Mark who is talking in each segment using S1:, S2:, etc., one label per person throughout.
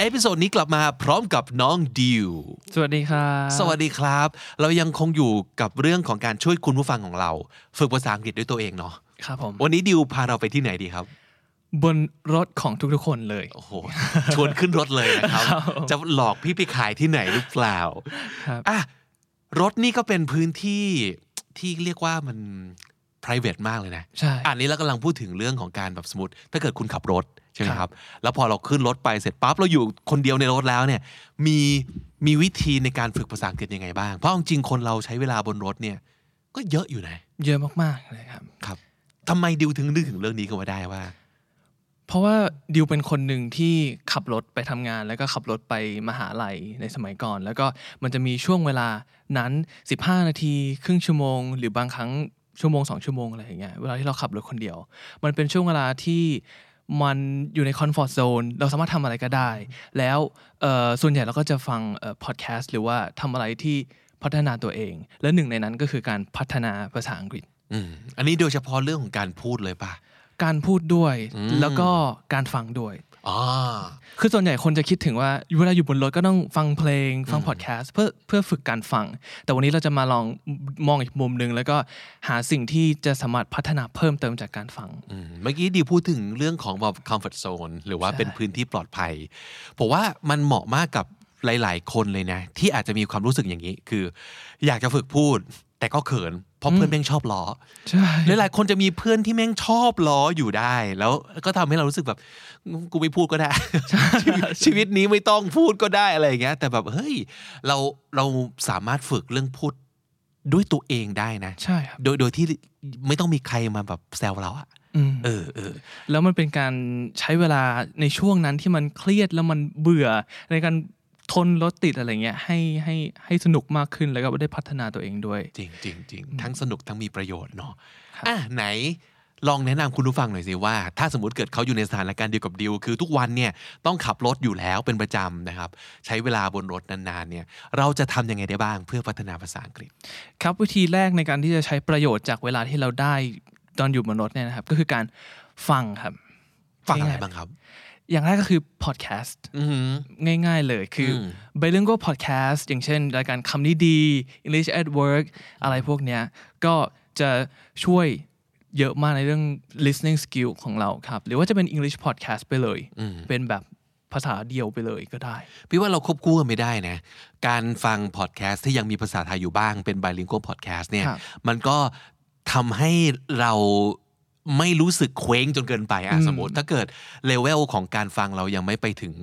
S1: เอพิโซดนี้กลับมาพร้อมกับน้องดิว
S2: สวัสดีครับ
S1: สวัสดีครับ เรายังคงอยู่กับเรื่องของการช่วยคุณผู้ฟังของเรา ฝึกภาษาอังกฤษด้วยตัวเองเนาะ
S2: ครับผม
S1: วันนี้ดิวพาเราไปที่ไหนดีครับ
S2: บนรถของทุกๆคนเลย
S1: โอ้โห ชวนขึ้นรถเลยนะครับ จะหลอกพี่ไปขายที่ไหนหรือเปล่า
S2: ครับ
S1: อ่ะรถนี่ก็เป็นพื้นที่ที่เรียกว่ามัน private มากเลยนะ
S2: ใช่
S1: อันนี้เรากำลังพูดถึงเรื่องของการแบบสมมติ ถ้าเกิดคุณขับรถใช่ไหมครับ แล้วพอเราขึ้นรถไปเสร็จปั๊บเราอยู่คนเดียวในรถแล้วเนี่ย มีมีวิธีในการฝึกภาษาอังกฤษยังไงบ้าง เพราะเอาจริงๆคนเราใช้เวลาบนรถเนี่ย ก็เยอะอยู่นะ
S2: เยอะมากๆเลยครับ
S1: ครับทำไมดิวถึงนึกถึงเรื่องนี้กันมาได้ว่า
S2: เพราะว่าดิวเป็นคนหนึ่งที่ขับรถไปทำงาน แล้วก็ขับรถไปมหาลัยในสมัยก่อน แล้วก็มันจะมีช่วงเวลานั้น 15 นาทีครึ่งชั่วโมง หรือบางครั้งชั่วโมง 2 ชั่วโมงอะไรอย่างเงี้ยเวลาที่เราขับรถคนเดียว มันเป็นช่วงเวลาที่มันอยู่ในคอนฟอร์ z โซนเราสามารถทำอะไรก็ได้ แล้วเอ่อส่วนใหญ่เราก็จะฟังพอดแคสต์หรือว่าทำอะไรที่พัฒนาตัวเอง และหนึ่งในนั้นก็คือการพัฒนาภาษาอังกฤษ
S1: อืมอันนี้โดยเฉพาะเรื่องของการพูดเลยป่ะ
S2: การพูดด้วย
S1: อืม
S2: แล้วก็การฟังด้วย
S1: อ๋อ
S2: คือส่วนใหญ่คนจะคิดถึงว่าเวลาอยู่บนรถก็ต้องฟังเพลง ฟังพอดแคสต์เพื่อเพื่อฝึกการฟัง แต่วันนี้เราจะมาลองมองอีกมุมหนึ่งแล้วก็หาสิ่งที่จะสามารถพัฒนาเพิ่มเติมจากการฟัง
S1: อืมเมื่อกี้ดิวพูดถึงเรื่องของแบบ comfort zone หรือว่า
S2: ใช่
S1: เป็นพื้นที่ปลอดภัย ผมว่ามันเหมาะมากกับหลาย ๆ คนเลยนะ ที่อาจจะมีความรู้สึกอย่างนี้ คือ อยากจะฝึกพูด แต่ก็เขิน เพราะเพื่อนแม่งชอบล้อ
S2: ใช่
S1: หลาย ๆ คนจะมีเพื่อนที่แม่งชอบล้ออยู่ได้ แล้วก็ทำให้เรารู้สึกแบบกูไม่พูดก็ได้ ชีวิต ชีวิตนี้ไม่ต้องพูดก็ได้อะไรอย่างเงี้ยแต่แบบเฮ้ยเราเราสามารถฝึกเรื่องพูดด้วยตัวเองได้นะ
S2: ใช่ครับ
S1: โดยโดยที่ไม่ต้องมีใครมาแบบแซวเราอะ
S2: อืม
S1: เออเออ
S2: แล้วมันเป็นการใช้เวลาในช่วงนั้นที่มันเครียดแล้วมันเบื่อในการทนรถติดอะไรเงี้ยให้ให้ให้สนุกมากขึ้นแล้วก็ได้พัฒนาตัวเองด้วย
S1: จริงจริงจริง
S2: อืม
S1: ทั้งสนุกทั้งมีประโยชน์เนาะ
S2: ครับ
S1: อ่ะไหนลองแนะนำคุณผู้ฟังหน่อยสิว่า ถ้าสมมติเกิดเขาอยู่ในสถานการณ์เดียวกับดิว คือทุกวันเนี่ยต้องขับรถอยู่แล้วเป็นประจำนะครับ ใช้เวลาบนรถนานๆเนี่ยเราจะทำยังไงได้บ้างเพื่อพัฒนาภาษาอังกฤษ
S2: ครับวิธีแรกในการที่จะใช้ประโยชน์จากเวลาที่เราได้ตอนอยู่บนรถเนี่ยนะครับก็คือการฟังครับ
S1: ฟังอะไรบ้างครับ
S2: อย่างแรกก็คือพอดแคสต์
S1: อือหือ
S2: ง่ายๆเลยคือ
S1: ม
S2: ไปเรื่องก็พอดแคสต์อย่างเช่น รายการคำนี้ดี English at Work อะไรพวกเนี้ยก็จะช่วยเยอะมากในเรื่อง listening skill ของเราครับ หรือว่าจะเป็น English podcast ไปเลย เป็นแบบภาษาเดียวไปเลยก็ได้
S1: พี่ว่าเราควบคู่กันไม่ได้นะ การฟังพอดแคสต์ที่ยังมีภาษาไทยอยู่บ้างเป็น b i l i n g u a l podcast เนี่ย
S2: ครับ
S1: มันก็ทำให้เราไม่รู้สึกเคว้งจนเกินไปอ่ะ
S2: อืม
S1: สมมติ ถ้าเกิดเลเวลของการฟังเรายังไม่ไปถึง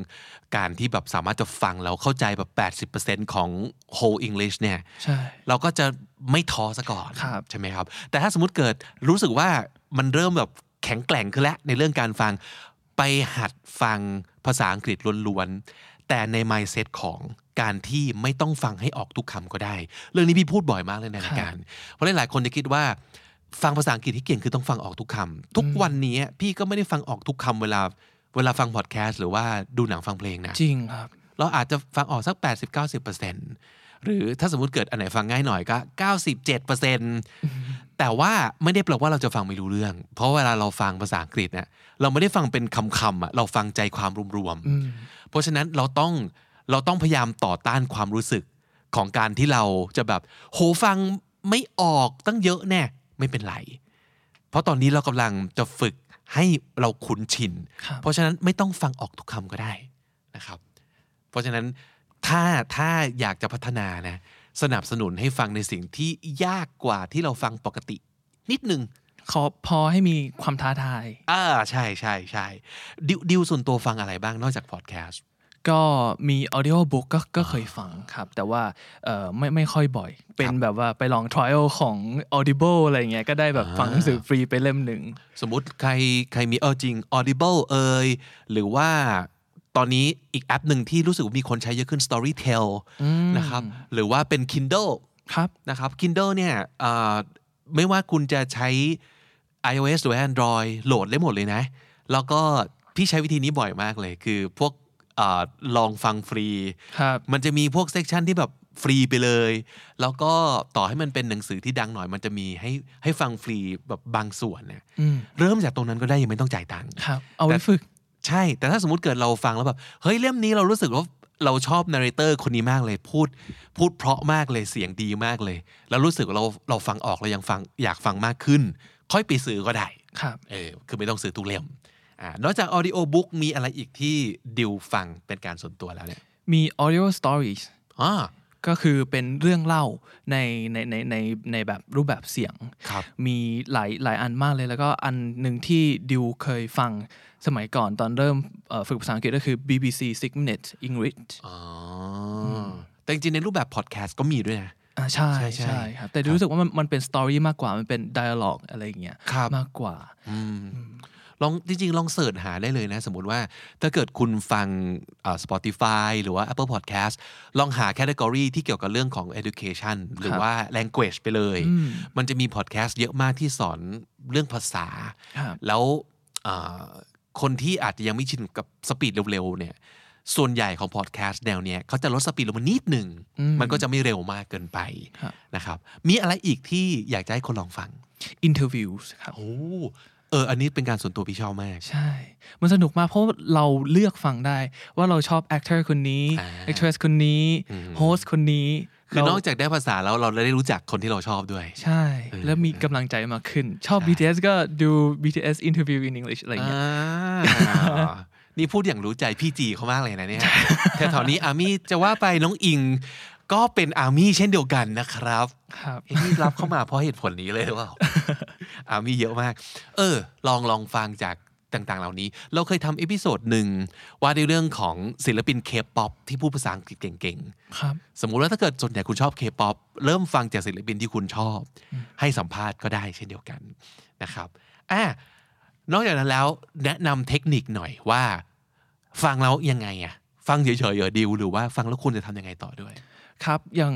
S1: การที่แบบสามารถจะฟังเราเข้าใจแบบ 80%ของ whole English เนี่ย
S2: ใช่
S1: เราก็จะไม่ท้อซะก่อน
S2: ครับ
S1: ใช่ไหมครับ แต่ถ้าสมมติเกิดรู้สึกว่ามันเริ่มแบบแข็งแกร่งขึ้นแล้วในเรื่องการฟังไปหัดฟังภาษาอังกฤษล้วนๆ แต่ใน mindset ของการที่ไม่ต้องฟังให้ออกทุกคำก็ได้ เรื่องนี้พี่พูดบ่อยมากเลยใน
S2: ครั
S1: รา
S2: บ
S1: ยการ เพราะหลายๆคนจะคิดว่า ฟังภาษาอังกฤษที่เก่งคือต้องฟังออกทุกคำทุกวันนี้พี่ก็ไม่ได้ฟังออกทุกคำเวลาเวลาฟังพอดแคสต์หรือว่าดูหนังฟังเพลงนะ
S2: จริงครับ
S1: เราอาจจะฟังออกสัก 80 90 หรือถ้าสมมติเกิดอันไหนฟังง่ายหน่อยก็ 97 แต่ว่าไม่ได้แปลว่าเราจะฟังไม่รู้เรื่อง เพราะเวลาเราฟังภาษาอังกฤษเนี่ยเราไม่ได้ฟังเป็นคำคำๆอะเราฟังใจความรวม
S2: อืม
S1: ๆ เพราะฉะนั้นเราต้องเราต้องพยายามต่อต้านความรู้สึกของการที่เราจะแบบ โหฟังไม่ออกตั้งเยอะแน่ไม่เป็นไร เพราะตอนนี้เรากำลังจะฝึกให้เราคุ้นชิน
S2: ครับ
S1: เพราะฉะนั้นไม่ต้องฟังออกทุกคำก็ได้นะครับ เพราะฉะนั้นถ้าถ้าอยากจะพัฒนานะสนับสนุนให้ฟังในสิ่งที่ยากกว่าที่เราฟังปกติ นิดนึง
S2: ขอพอให้มีความท้าทาย
S1: อ่าใช่ใช่ใช่ดิวดิวส่วนตัวฟังอะไรบ้างนอกจากพอดแคสต์
S2: ก็มี audio book ก็ก็เคยฟังครับ แต่ว่าเอ่อไม่ไม่ค่อยบ่อย เป็นแบบว่าไปลอง trial ของ audible อะไรเงี้ยก็ได้แบบฟังหนังสือฟรีไปเล่มหนึ่ง
S1: สมมติใครใครมีเออจริง Audible เอยหรือว่าตอนนี้อีกแอปหนึ่งที่รู้สึกว่ามีคนใช้เยอะขึ้น Storytel นะครับหรือว่าเป็น Kindle
S2: ครับ
S1: นะครับ Kindle เนี่ยเอ่อ ไม่ว่าคุณจะใช้ iOS หรือ Android โหลดได้หมดเลยนะ แล้วก็พี่ใช้วิธีนี้บ่อยมากเลย คือพวกเออลองฟังฟรี
S2: ครับ
S1: มันจะมีพวกเซกชันที่แบบฟรีไปเลย แล้วก็ต่อให้มันเป็นหนังสือที่ดังหน่อย มันจะมีให้ให้ฟังฟรีแบบบางส่วนเนี่ย
S2: อืม
S1: เริ่มจากตรงนั้นก็ได้ยังไม่ต้องจ่ายตังค์
S2: ครับ เอาไว้ฝึก
S1: ใช่ แต่ถ้าสมมติเกิดเราฟังแล้วแบบ เฮ้ยเล่มนี้เรารู้สึกว่าเราชอบนาร์เรเตอร์คนนี้มากเลยพูด พูดเพราะมากเลยเสียงดีมากเลย แล้วรู้สึกว่าเราเราฟังออกเรายังฟังอยากฟังมากขึ้น ค่อยไปซื้อก็ได้
S2: ครับ
S1: เออคือไม่ต้องซื้อทุกเล่มอ่านอกจากออดิโอบุ๊กมีอะไรอีกที่ดิวฟังเป็นการส่วนตัวแล้วเนี่ย
S2: มี audio stories
S1: อ๋อ
S2: ก็คือเป็นเรื่องเล่าในในในในในแบบรูปแบบเสียง
S1: ครับ
S2: มีหลายหลายอันมากเลย แล้วก็อันหนึ่งที่ดิวเคยฟังสมัยก่อนตอนเริ่มเอ่อฝึกภาษาอังกฤษก็คือ BBC Six Minutes English
S1: อ๋ออแต่จริงๆ ในรูปแบบพอดแคสต์ก็มีด้วยนะ
S2: อ่าใช่
S1: ใช่
S2: ใช่
S1: ใช่
S2: ครับ แต่รู้สึกว่ามันมันเป็นสตอรี่มากกว่ามันเป็นดิอะล็อกอะไรอย่างเงี้ย
S1: ครับ
S2: มากกว่า
S1: ลองจริงๆ ลองเสิร์ชหาได้เลยนะ สมมติว่าถ้าเกิดคุณฟังอ่า Spotify หรือว่า Apple Podcast ลองหาแคตตากรีที่เกี่ยวกับเรื่องของ education หรือว่า language ไปเลย มันจะมีพอดแคสต์เยอะมากที่สอนเรื่องภาษา
S2: ครับ
S1: แล้วอ่าคนที่อาจจะยังไม่ชินกับสปีดเร็วๆเนี่ยส่วนใหญ่ของพอดแคสต์แนวเนี้ยเขาจะลดสปีดลงมานิดหนึ่ง
S2: อืม
S1: มันก็จะไม่เร็วมากเกินไป
S2: ครับ
S1: นะครับมีอะไรอีกที่อยากจะให้คนลองฟัง
S2: อินเทอร์วิวครับ
S1: โอ้เออ อันนี้เป็นการส่วนตัวพี่ชอบมาก
S2: ใช่ มันสนุกมากเพราะเราเลือกฟังได้ว่าเราชอบ actor คนนี้
S1: อ่า
S2: actress คนนี้ host คนนี้
S1: คือนอก
S2: เรา
S1: จากได้ภาษาแล้วเราได้รู้จักคนที่เราชอบด้วย
S2: ใช่ แล้วมีกำลังใจมากขึ้น ชอบ BTS ก็ดู BTS interview in English อะไรอย่างเงี้ย
S1: อ่านี่พูดอย่างรู้ใจพี่จีเขามากเลยนะเนี่ยแถวๆนี้อามี่จะว่าไปน้องอิง ก็เป็นอามี่เช่นเดียวกันนะครับ
S2: ครับ
S1: เอ้ยนี่รับเข้ามาเพราะเหตุผลนี้เลยหรือเปล่า อามี่เยอะมาก เออ ลองลองฟังจากต่างๆ เหล่านี้ เราเคยทำเอพิโซดหนึ่งว่าในเรื่องของศิลปินเคป๊อปที่พูดภาษาอังกฤษเก่งๆ
S2: ครับ
S1: สมมุติว่าถ้าเกิดส่วนใหญ่คุณชอบเคป๊อปเริ่มฟังจากศิลปินที่คุณชอบ ให้สัมภาษณ์ก็ได้เช่นเดียวกันนะครับอ่ะนอกจากนั้นแล้วแนะนำเทคนิคหน่อยว่า ฟังแล้วยังไงอะฟังเฉยๆเหรอดิวหรือว่าฟังแล้วคุณจะทำยังไงต่อด้วย
S2: ครับ อย่าง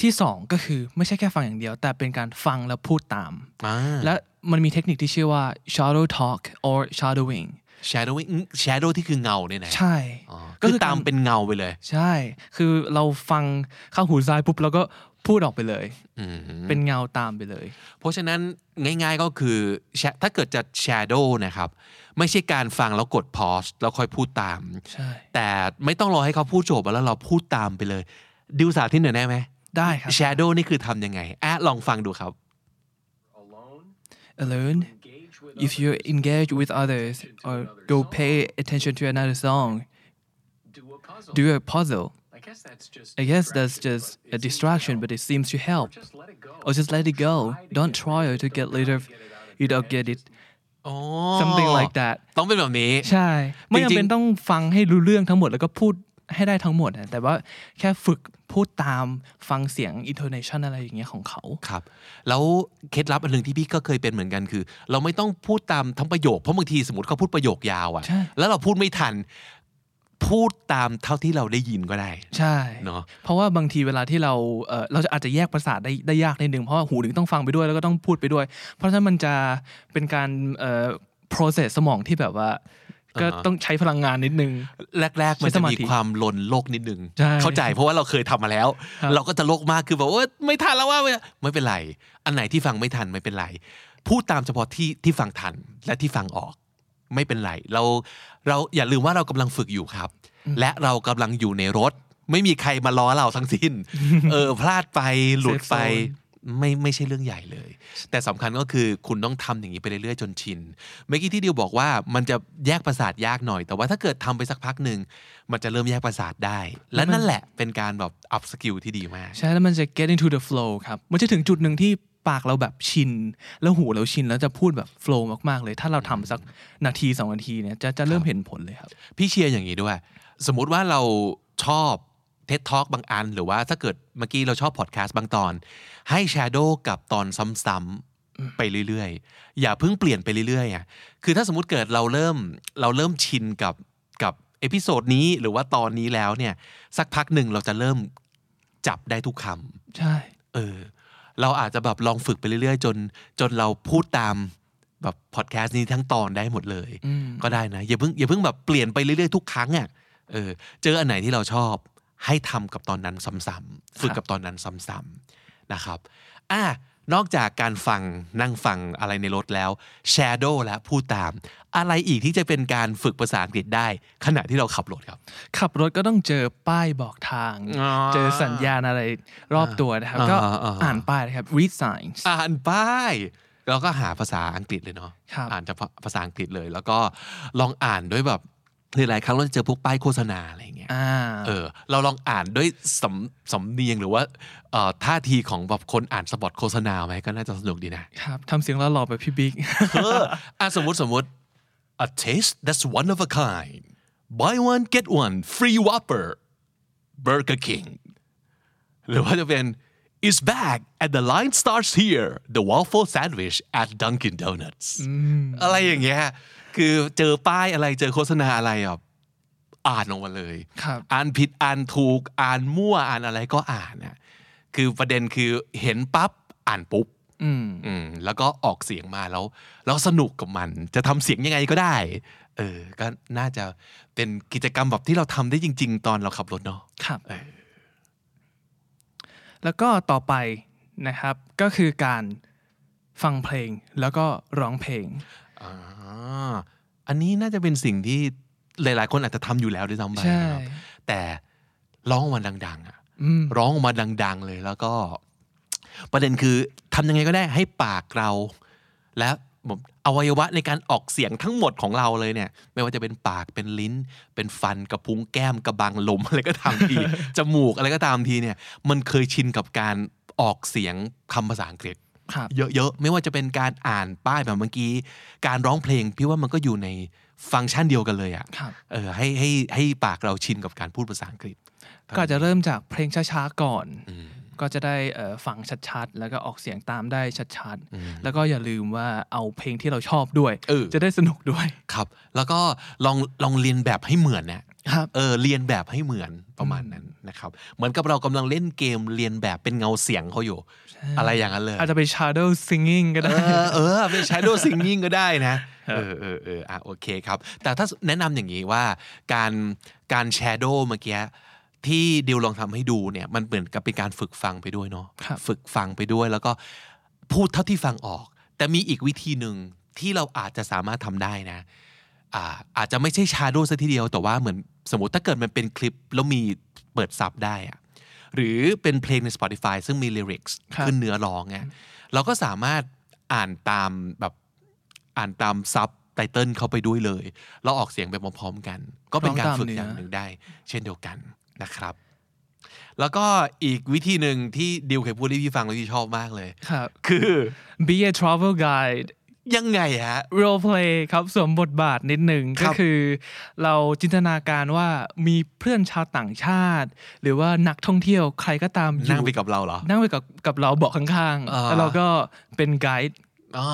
S2: ที่สองก็คือไม่ใช่แค่ฟังอย่างเดียว แต่เป็นการฟังแล้วพูดตาม
S1: อ่า
S2: และมันมีเทคนิคที่ชื่อว่า shadow talk or shadowing
S1: shadowing อืม shadow ที่คือเงาเนี่ยนะ
S2: ใช่
S1: อ๋อก็คือ
S2: ร
S1: ตามเป็นเงาไปเลย
S2: ใช่ คือเราฟังเข้าหูซ้ายปุ๊บแล้วก็พูดออกไปเลย
S1: อืม
S2: เป็นเงาตามไปเลย
S1: เพราะฉะนั้นง่ายๆก็คือแชถ้าเกิดจะ shadow นะครับ ไม่ใช่การฟังแล้วกด pause แล้วค่อยพูดตาม
S2: ใช่
S1: แต่ไม่ต้องรอให้เขาพูดจบแล้วเราพูดตามไปเลย ดิวสาธิตหน่อยได้ไหม
S2: ได้ครับ
S1: Shadow นี่คือทำยังไงอ่ะลองฟังดูครับ
S2: alone if you engage with others or go pay attention to another song
S3: do a puzzle.
S2: do a puzzle
S3: I guess that's just.
S2: I guess that's just a distraction but it seems to help or just let it go don't try to get rid of you don't get it
S1: โอ้
S2: something like that
S1: ต้องเป็นแบบนี้
S2: ใช่ ไม่จำ
S1: จริ
S2: เป็น
S1: งๆ
S2: ต้องฟังให้รู้เรื่องทั้งหมดแล้วก็พูดให้ได้ทั้งหมดนะแต่ว่าแค่ฝึกพูดตามฟังเสียง intonation อะไรอย่างเงี้ยของเขา
S1: ครับ แล้วเคล็ดลับอันหนึ่งที่พี่ก็เคยเป็นเหมือนกันคือ เราไม่ต้องพูดตามทั้งประโยค เพราะบางทีสมมติเขาพูดประโยคยาวอะ
S2: ใช่
S1: แล้วเราพูดไม่ทัน พูดตามเท่าที่เราได้ยินก็ได้
S2: ใช่
S1: เนอะ
S2: เพราะว่าบางทีเวลาที่เราเอ่อเราจะอาจจะแยกประสาทได้ได้ยากนิดนึงเพราะว่าหูหนึ่งต้องฟังไปด้วยแล้วก็ต้องพูดไปด้วย เพราะฉะนั้นมันจะเป็นการเอ่อ process สมองที่แบบว่า ก็ต้องใช้พลังงานนิดนึง
S1: แรก ๆ มันจะ
S2: ใช้สมา
S1: มี
S2: ธิ
S1: ความลนโลกนิดนึง
S2: ใช่
S1: เข้าใจเพราะว่าเราเคยทำมาแล้ว
S2: ครับ
S1: เราก็จะโลกมากคือแบบว่าไม่ทันแล้วว่าไม่เป็นไร อันไหนที่ฟังไม่ทันไม่เป็นไร พูดตามเฉพาะที่ที่ฟังทันและที่ฟังออก ไม่เป็นไร เราเราอย่าลืมว่าเรากำลังฝึกอยู่ครับ และเรากำลังอยู่ในรถ ไม่มีใครมาล้อเราทั้งสิ้น เออพลาดไปหลุดไป ไม่ไม่ใช่เรื่องใหญ่เลย แต่สำคัญก็คือคุณต้องทำอย่างนี้ไปเรื่อยๆ จนชิน เมื่อกี้ที่ดิวบอกว่ามันจะแยกประสาทยากหน่อย แต่ว่าถ้าเกิดทำไปสักพักหนึ่งมันจะเริ่มแยกประสาทได้ และนั่นแหละเป็นการแบบ up skill ที่ดีมาก
S2: ใช่แล้วมันจะ get into the flow ครับ มันจะถึงจุดหนึ่งที่ปากเราแบบชิน แล้วหูเราชิน แล้วจะพูดแบบ flow มาก ๆ เลย ถ้าเราทำสักนาทีสองนาทีเนี่ยจะจะเริ่มเห็นผลเลยครับ
S1: พี่เชียร์อย่างนี้ด้วย สมมุติว่าเราชอบเท็ตทอกบางอัน หรือว่าถ้าเกิดเมื่อกี้เราชอบพอดแคสต์บางตอน ให้ Shadow กับตอนซ้ำๆไปเรื่อยๆ อย่าเพิ่งเปลี่ยนไปเรื่อยๆอ่ะคือถ้าสมมติเกิดเราเริ่มเราเริ่มชินกับกับเอพิโซดนี้หรือว่าตอนนี้แล้วเนี่ย สักพักหนึ่งเราจะเริ่มจับได้ทุกคำ
S2: ใช่
S1: เออ เราอาจจะแบบลองฝึกไปเรื่อยๆ จนจนเราพูดตามแบบพอดแคสต์นี้ทั้งตอนได้หมดเลย
S2: อืม
S1: ก็ได้นะ อย่าเพิ่งอย่าเพิ่งแบบเปลี่ยนไปเรื่อยๆทุกครั้งอ่ะเออเจออันไหนที่เราชอบให้ทำกับตอนนั้นซ้ำๆฝึก
S2: ครับ
S1: กับตอนนั้นซ้ำๆนะครับอ่ะนอกจากการฟังนั่งฟังอะไรในรถแล้ว Shadow และพูดตาม อะไรอีกที่จะเป็นการฝึกภาษาอังกฤษได้ ขณะที่เราขับรถครับ
S2: ขับรถก็ต้องเจอป้ายบอกทาง
S1: อ่า
S2: เจอสัญญาณอะไรรอบตัวนะครับ ก็
S1: อ่าอ่า
S2: อ่านป้ายนะครับ read signs
S1: อ่านป้ายแล้วก็หาภาษาอังกฤษเลยเนาะ
S2: ครับ
S1: อ่านจากภาษาอังกฤษเลย แล้วก็ลองอ่านด้วยแบบคือหลายครั้งเราจะเจอพวกป้ายโฆษณาอะไรอย่างเงี้ย
S2: อ่า
S1: เออเราลองอ่านด้วยสำสำเนียงหรือว่าเอ่อท่าทีของแบบคนอ่านสปอตโฆษณาไหมก็น่าจะสนุกดีนะครับ
S2: ทำเสียงหล่อๆแบบพี่บิ๊ก
S1: เออ อ่ะสมมติสมมติ a taste that's one of a kind buy one get one free whopper Burger King หรือว่าจะเป็น is back and the line starts here the waffle sandwich at Dunkin Donuts อะไรอย่างเงี้ยคือเจอป้ายอะไรเจอโฆษณาอะไรอ่ะ อ่านออกมาเลย
S2: ครับ
S1: อ่านผิดอ่านถูก อ่านมั่วอ่านอะไรก็อ่านนะคือประเด็นคือเห็นปั๊บอ่านปุ๊บ
S2: อืม
S1: อืมแล้วก็ออกเสียงมาแล้วแล้วสนุกกับมัน จะทำเสียงยังไงก็ได้ เออ ก็น่าจะเป็นกิจกรรมแบบที่เราทำได้จริง ๆ ตอนเราขับรถเนาะ
S2: ครับ
S1: เออ
S2: แล้วก็ต่อไปนะครับ ก็คือการฟังเพลงแล้วก็ร้องเพลง
S1: อ่าอันนี้น่าจะเป็นสิ่งที่หลาย ๆ คนอาจจะทำอยู่แล้วด้วยซ้ำไป
S2: ใช่
S1: นะครับแต่ร้องออกมาดัง ๆอะร้องออกมาดัง ๆ เลยแล้วก็ ประเด็นคือทำยังไงก็ได้ให้ปากเรา และผมอวัยวะในการออกเสียงทั้งหมดของเราเลยเนี่ย ไม่ว่าจะเป็นปากเป็นลิ้น เป็นฟันกระพุ้งแก้มกระบังลม อะไรก็ตามที จมูกอะไรก็ตามทีเนี่ย มันเคยชินกับการออกเสียงคำภาษาอังกฤษ
S2: ครับ
S1: เยอะๆ ไม่ว่าจะเป็นการอ่านป้ายแบบเมื่อกี้ การร้องเพลง พี่ว่ามันก็อยู่ในฟังก์ชันเดียวกันเลยอะ
S2: ครับ
S1: เออให้ให้ให้ปากเราชินกับการพูดภาษาอังกฤษ
S2: ก็อาจจะเริ่มจากเพลงช้าๆก่อน ก็จะได้เอ่อฟังชัดๆ แล้วก็ออกเสียงตามได้ชัดๆ แล้วก็อย่าลืมว่าเอาเพลงที่เราชอบด้วย
S1: เออ
S2: จะได้สนุกด้วย
S1: ครับ แล้วก็ลองลองเรียนแบบให้เหมือนเนี่ย
S2: ครับ
S1: เออเรียนแบบให้เหมือนประมาณนั้นนะครับ เหมือนกับเรากำลังเล่นเกมเรียนแบบเป็นเงาเสียงเขาอยู่ อะไรอย่างนั้นเลย
S2: อาจจะเป็น shadow singing ก็
S1: เอ
S2: ได้
S1: อเออเป็น shadow singing ก็ได้นะ เออเออเอออ่ะโอเคครับ แต่ถ้าแนะนำอย่างนี้ว่าการการ shadow เมื่อกี้ที่ดิวลองทำให้ดูเนี่ยมันเหมือนกับเป็นการฝึกฟังไปด้วยเนาะ
S2: ครับ
S1: ฝึกฟังไปด้วยแล้วก็พูดเท่าที่ฟังออก แต่มีอีกวิธีหนึ่งที่เราอาจจะสามารถทำได้นะ อ่าอาจจะไม่ใช่ชาโดว์ซะทีเดียวแต่ว่าเหมือนสมมติถ้าเกิดมันเป็นคลิปแล้วมีเปิดซับได้อะหรือเป็นเพลงใน Spotify ซึ่งมี lyrics
S2: ครับ
S1: ขึ้นเนื้อร้องอะเราก็สามารถอ่านตามแบบอ่านตามซับไตเติลเข้าไปด้วยเลย เราออกเสียงไปพร้อมๆกัน ก็เป็นการฝึกอย่างหนึ่งได้ เช่นเดียวกันนะครับ แล้วก็อีกวิธีหนึ่งที่ดิวเคยพูดให้พี่ฟังแล้วพี่ชอบมากเลย
S2: ครับ
S1: คือ
S2: be a travel guide
S1: ยังไงฮะ
S2: role play ครับสวมบทบาทนิดหนึ่ง
S1: ค
S2: ก็
S1: รับ
S2: คือ เราจินตนาการว่ามีเพื่อนชาวต่างชาติ หรือว่านักท่องเที่ยวใครก็ตามอยู่
S1: นั่งไปกับเราเหรอ
S2: นั่งไปกับกับเราเบาะข้าง
S1: อ่า
S2: ๆ แล้วเราก็เป็นไกด์
S1: อ๋อ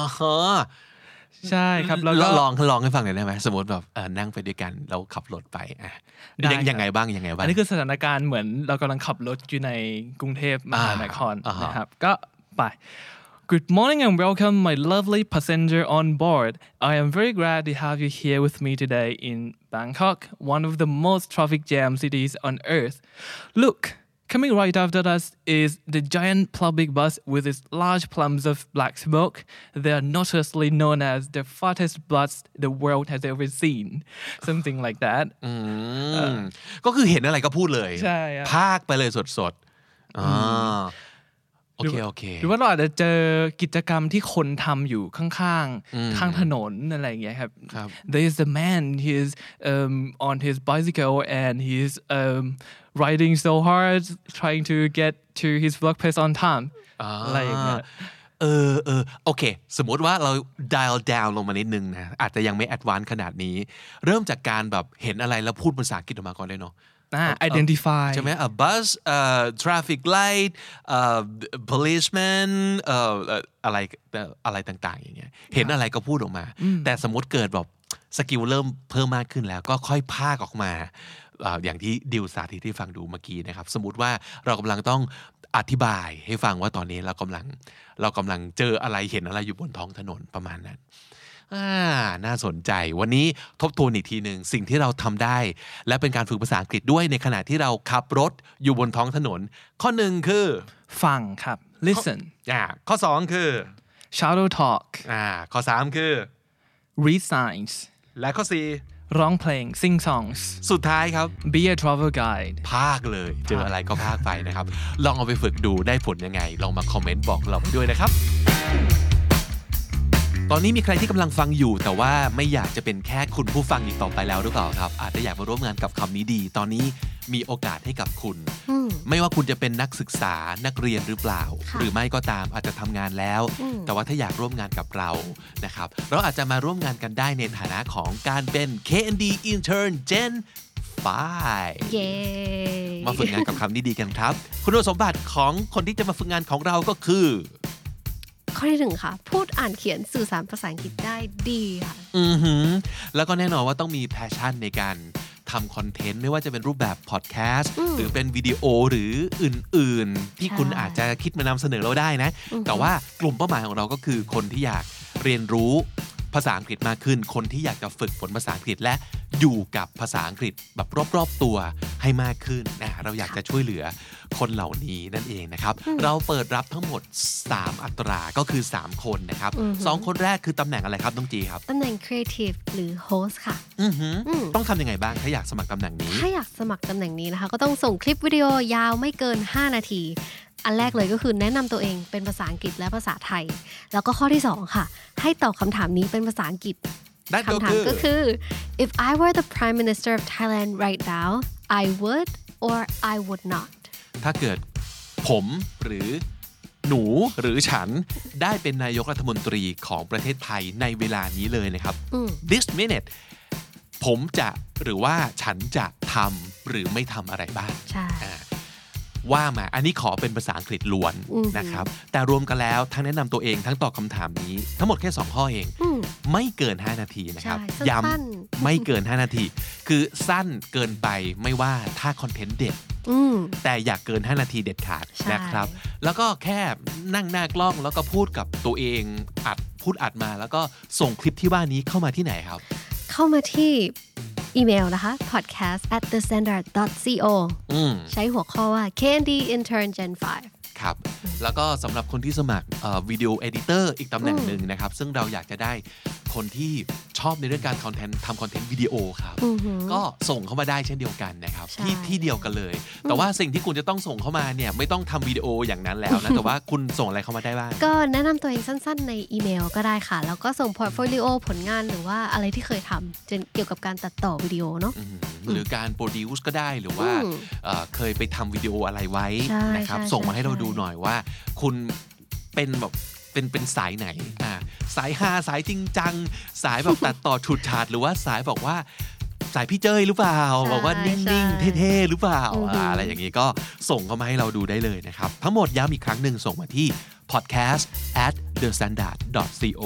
S2: ใช่ครับแล้ว
S1: ล
S2: ก็
S1: องลองลองให้ฟังหน่อยได้ไหมสมมติแบบเอ่อนั่งไปด้วยกันเราขับรถไปอ่ะ
S2: ได้
S1: ยัง
S2: ครับ
S1: ยังไงบ้างยังไงบ้าง
S2: อันนี้คือสถานการณ์เหมือนเรากำลังขับรถอยู่ในกรุงเทพมหานคร
S1: อ่าอ่าฮะ
S2: นะครับ ก็ไป Good morning and welcome my lovely passenger on board. I am very glad to have you here with me today in Bangkok, one of the most traffic jam cities on earth. Look, coming right after us is the giant public bus with its large plumes of black smoke. They are notoriously known as the fattest bus the world has ever seen. Something like that.
S1: อืมก็คือเห็นอะไรก็พูดเลย
S2: ใช่ครับ
S1: ภาคไปเลยสดสดๆอ่าโอเคโอเค
S2: หรือว่าเราอาจจะเจอกิจกรรมที่คนทำอยู่ข้างๆ ข้างถนนอะไรอย่างเงี้ยครับ
S1: ครับ
S2: There is a man he is um, on his bicycle and he is um, riding so hard trying to get to his workplace on time อะไรอย่างเงี้ย
S1: เออเออโอเค สมมติว่าเรา dial down ลงมานิดนึงนะอาจจะยังไม่ advance ขนาดนี้ เริ่มจากการแบบเห็นอะไรแล้วพูดภาษาอังกฤษออกมาก่อนเลยเนาะ
S2: อ่า identify
S1: ใช่ไหม a bus uh, traffic light uh, policeman uh, อะไรอะไรต่าง ๆ อย่างเงี้ย เห็นอะไรก็พูดออกมา แต่สมมติเกิดแบบ สกิลเริ่มเพิ่มมากขึ้นแล้วก็ค่อยพากออกมาเอ่ออย่างที่ดิวสาธิตที่ฟังดูเมื่อกี้นะครับ สมมติว่าเรากำลังต้องอธิบายให้ฟังว่าตอนนี้เรากำลังเรากำลังเจออะไรเห็นอะไรอยู่บนท้องถนนประมาณนั้น อ่าน่าสนใจวันนี้ทบทวนอีกทีหนึ่งสิ่งที่เราทำได้ และเป็นการฝึกภาษาอังกฤษด้วยในขณะที่เราขับรถอยู่บนท้องถนน ข้อหนึ่งคือ
S2: ฟังครับ listen
S1: อ่าข้อสองคือ
S2: shadow talk
S1: อ่าข้อสามคือ
S2: read signs
S1: และข้อสี่
S2: ร้องเพลง sing songs
S1: สุดท้ายครับ
S2: be a travel guide
S1: ภาคเลยเจออะไรก็ภาคไปนะครับ ลองเอาไปฝึกดูได้ผลยังไง ลองมาคอมเมนต์บอกเราด้วยนะครับ ตอนนี้มีใครที่กำลังฟังอยู่ แต่ว่าไม่อยากจะเป็นแค่คุณผู้ฟังอีกต่อไปแล้วหรือเปล่าครับ อาจจะอยากมาร่วมงานกับคำนี้ดี ตอนนี้มีโอกาสให้กับคุณ ไม่ว่าคุณจะเป็นนักศึกษานักเรียนหรือเปล่า
S4: ค่ะ
S1: หรือไม่ก็ตามอาจจะทำงานแล้ว
S4: อืม
S1: แต่ว่าถ้าอยากร่วมงานกับเรานะครับ เราอาจจะมาร่วมงานกันได้ในฐานะของการเป็น KND Intern Gen 5
S4: เย้
S1: มาฝึกงานกับคำนี้ดีกันครับ คุณสมบัติของคนที่จะมาฝึกงานของเราก็คือ
S4: ข้อที่หนึ่งค่ะ พูดอ่านเขียนสื่อสารภาษาอังกฤษได้ดีค่ะ
S1: อือหือ แล้วก็แน่นอนว่าต้องมีแพชชั่นในการทำคอนเทนต์ ไม่ว่าจะเป็นรูปแบบพอดแคสต์
S4: อืม
S1: หรือเป็นวิดีโอหรืออื่น ๆ ที่
S4: ใช่
S1: คุณอาจจะคิดมานำเสนอเราได้นะ
S4: อือหือ
S1: แต่ว่ากลุ่มเป้าหมายของเราก็คือคนที่อยากเรียนรู้ภาษาอังกฤษมากขึ้น คนที่อยากจะฝึกฝนภาษาอังกฤษและอยู่กับภาษาอังกฤษแบบรอบๆตัวให้มากขึ้นนะเราอยากจะช่วยเหลือคนเหล่านี้นั่นเองนะครับ เราเปิดรับทั้งหมด 3 อัตราก็คือ 3 คนนะครับ
S4: อือหือ
S1: สองคนแรกคือตำแหน่งอะไรครับน้องจีครับ
S4: ตำแหน่ง Creative หรือ Host ค่ะ
S1: อือหือ
S4: อืม
S1: ต้องทำยังไงบ้าง ถ้าอยากสมัครตำแหน่งนี้
S4: ถ้าอยากสมัครตำแหน่งนี้นะคะ ก็ต้องส่งคลิปวิดีโอยาวไม่เกิน 5 นาที อันแรกเลยก็คือแนะนำตัวเองเป็นภาษาอังกฤษและภาษาไทย แล้วก็ข้อที่ 2 ค่ะ ให้ตอบคำถามนี้เป็นภาษาอังกฤษ
S1: นั่นก็
S4: คำถาม
S1: คือ
S4: ก็คือ if I were the Prime Minister of Thailand right now I would or I would not
S1: ถ้าเกิดผมหรือหนูหรือฉันได้เป็นนายกรัฐมนตรีของประเทศไทยในเวลานี้เลยนะครับ
S4: อืม
S1: this minute ผมจะหรือว่าฉันจะทำหรือไม่ทำอะไรบ้าง
S4: ใช่
S1: อ่าว่ามา อันนี้ขอเป็นภาษาอังกฤษล้วน
S4: อือหือ
S1: นะครับ แต่รวมกันแล้วทั้งแนะนำตัวเองทั้งตอบคำถามนี้ ทั้งหมดแค่ 2 ข้อเอง
S4: อืม
S1: ไม่เกิน 5 นาทีนะครับ
S4: ใช่สั้นๆ
S1: ย้ำไม่เกิน 5 นาที คือสั้นเกินไปไม่ว่าถ้าคอนเทนต์เด็ด
S4: อืม
S1: แต่อย่าเกิน 5 นาทีเด็ดขาด
S4: ใช่
S1: นะครับ แล้วก็แค่นั่งหน้ากล้องแล้วก็พูดกับตัวเองอัดพูดอัดมา แล้วก็ส่งคลิปที่ว่านี้เข้ามาที่ไหนครับ
S4: เข้ามาที่อีเมลนะคะ podcast at the standard co
S1: อืม
S4: ใช้หัวข้อว่า Candy Intern Gen 5
S1: ครับ แล้วก็สำหรับคนที่สมัครวิดีโอเอดิเตอร์อีกตำแหน่งหนึ่งนะครับ ซึ่งเราอยากจะได้คนที่ชอบในเรื่องการคอนเทนต์ทำคอนเทนต์วิดีโอครับ
S4: อือหือ
S1: ก็ส่งเข้ามาได้เช่นเดียวกันนะครับ
S4: ใช่
S1: ที่ที่เดียวกันเลย แต่ว่าสิ่งที่คุณจะต้องส่งเข้ามาเนี่ยไม่ต้องทำวิดีโออย่างนั้นแล้วนะ แต่ว่าคุณส่งอะไรเข้ามาได้บ้าง
S4: ก็แนะนำตัวเองสั้นๆ ในอีเมลก็ได้ค่ะ แล้วก็ส่งพอร์ตโฟลิโอผลงานหรือว่าอะไรที่เคยทำเกี่ยวเกี่ยวกับการตัดต่อวิดีโอเนาะ
S1: อืมหรือการโปรดิวส์ก็ได้หรือว่า
S4: อืม
S1: เอ่อเคยไปทำวิดีโออะไรไว้
S4: ใช่
S1: นะครับ
S4: ใช่
S1: ส่งมาให้เรา
S4: ใช่
S1: ดูหน่อยว่า คุณเป็นแบบเป็นเป็นสายไหนอ่าสายฮาสายจริงจัง สายแบบ ตัดต่อฉุดฉาดหรือว่าสายบอกว่าสายพี่เจ้ยหรือเปล่า
S4: ใช่
S1: บอกว่านิ่งๆ
S4: ใช่
S1: เท่ๆหรือเปล่า
S4: อือหืออ
S1: อะไรอย่างนี้ก็ส่งเข้ามาให้เราดูได้เลยนะครับ ทั้งหมดย้ำอีกครั้งหนึ่งส่งมาที่ podcast at the standard co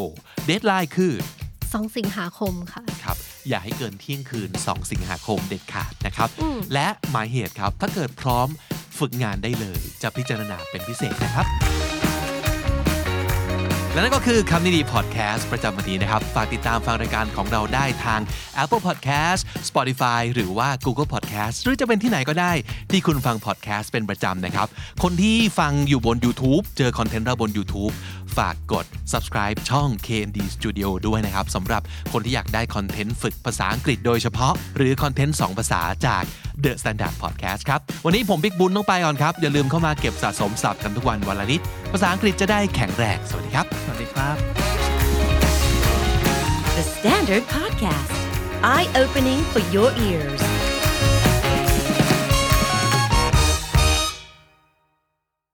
S1: deadline คือ
S4: สองสิงหาคมค่ะ
S1: ครับอย่าให้เกินเที่ยงคืน 2 สิงหาคมเด็ดขาดนะครับ
S4: อืม
S1: และหมายเหตุครับ ถ้าเกิดพร้อมฝึกงานได้เลย จะพิจารณาเป็นพิเศษนะครับ และนั่นก็คือคำนิดีพอดแคสต์ประจำวันนี้นะครับ ฝากติดตามฟังรายการของเราได้ทาง Apple Podcast Spotify หรือว่า Google Podcast หรือจะเป็นที่ไหนก็ได้ ที่คุณฟังพอดแคสต์เป็นประจำนะครับ คนที่ฟังอยู่บน YouTube เจอคอนเทนต์เราบน YouTube ฝากกด subscribe ช่อง KND Studio ด้วยนะครับสำหรับคนที่อยากได้คอนเทนต์ฝึกภาษาอังกฤษโดยเฉพาะ หรือคอนเทนต์ 2 ภาษาจาก The Standard Podcast ครับ วันนี้ผมบิ๊กบุญต้องไปก่อนครับ อย่าลืมเข้ามาเก็บสะสมศัพท์กันทุกวันวันละนิด ภาษาอังกฤษจะได้แข็งแรง สวัสดีครับ
S2: สวัสดีครับ
S5: The Standard Podcast, eye opening for your ears.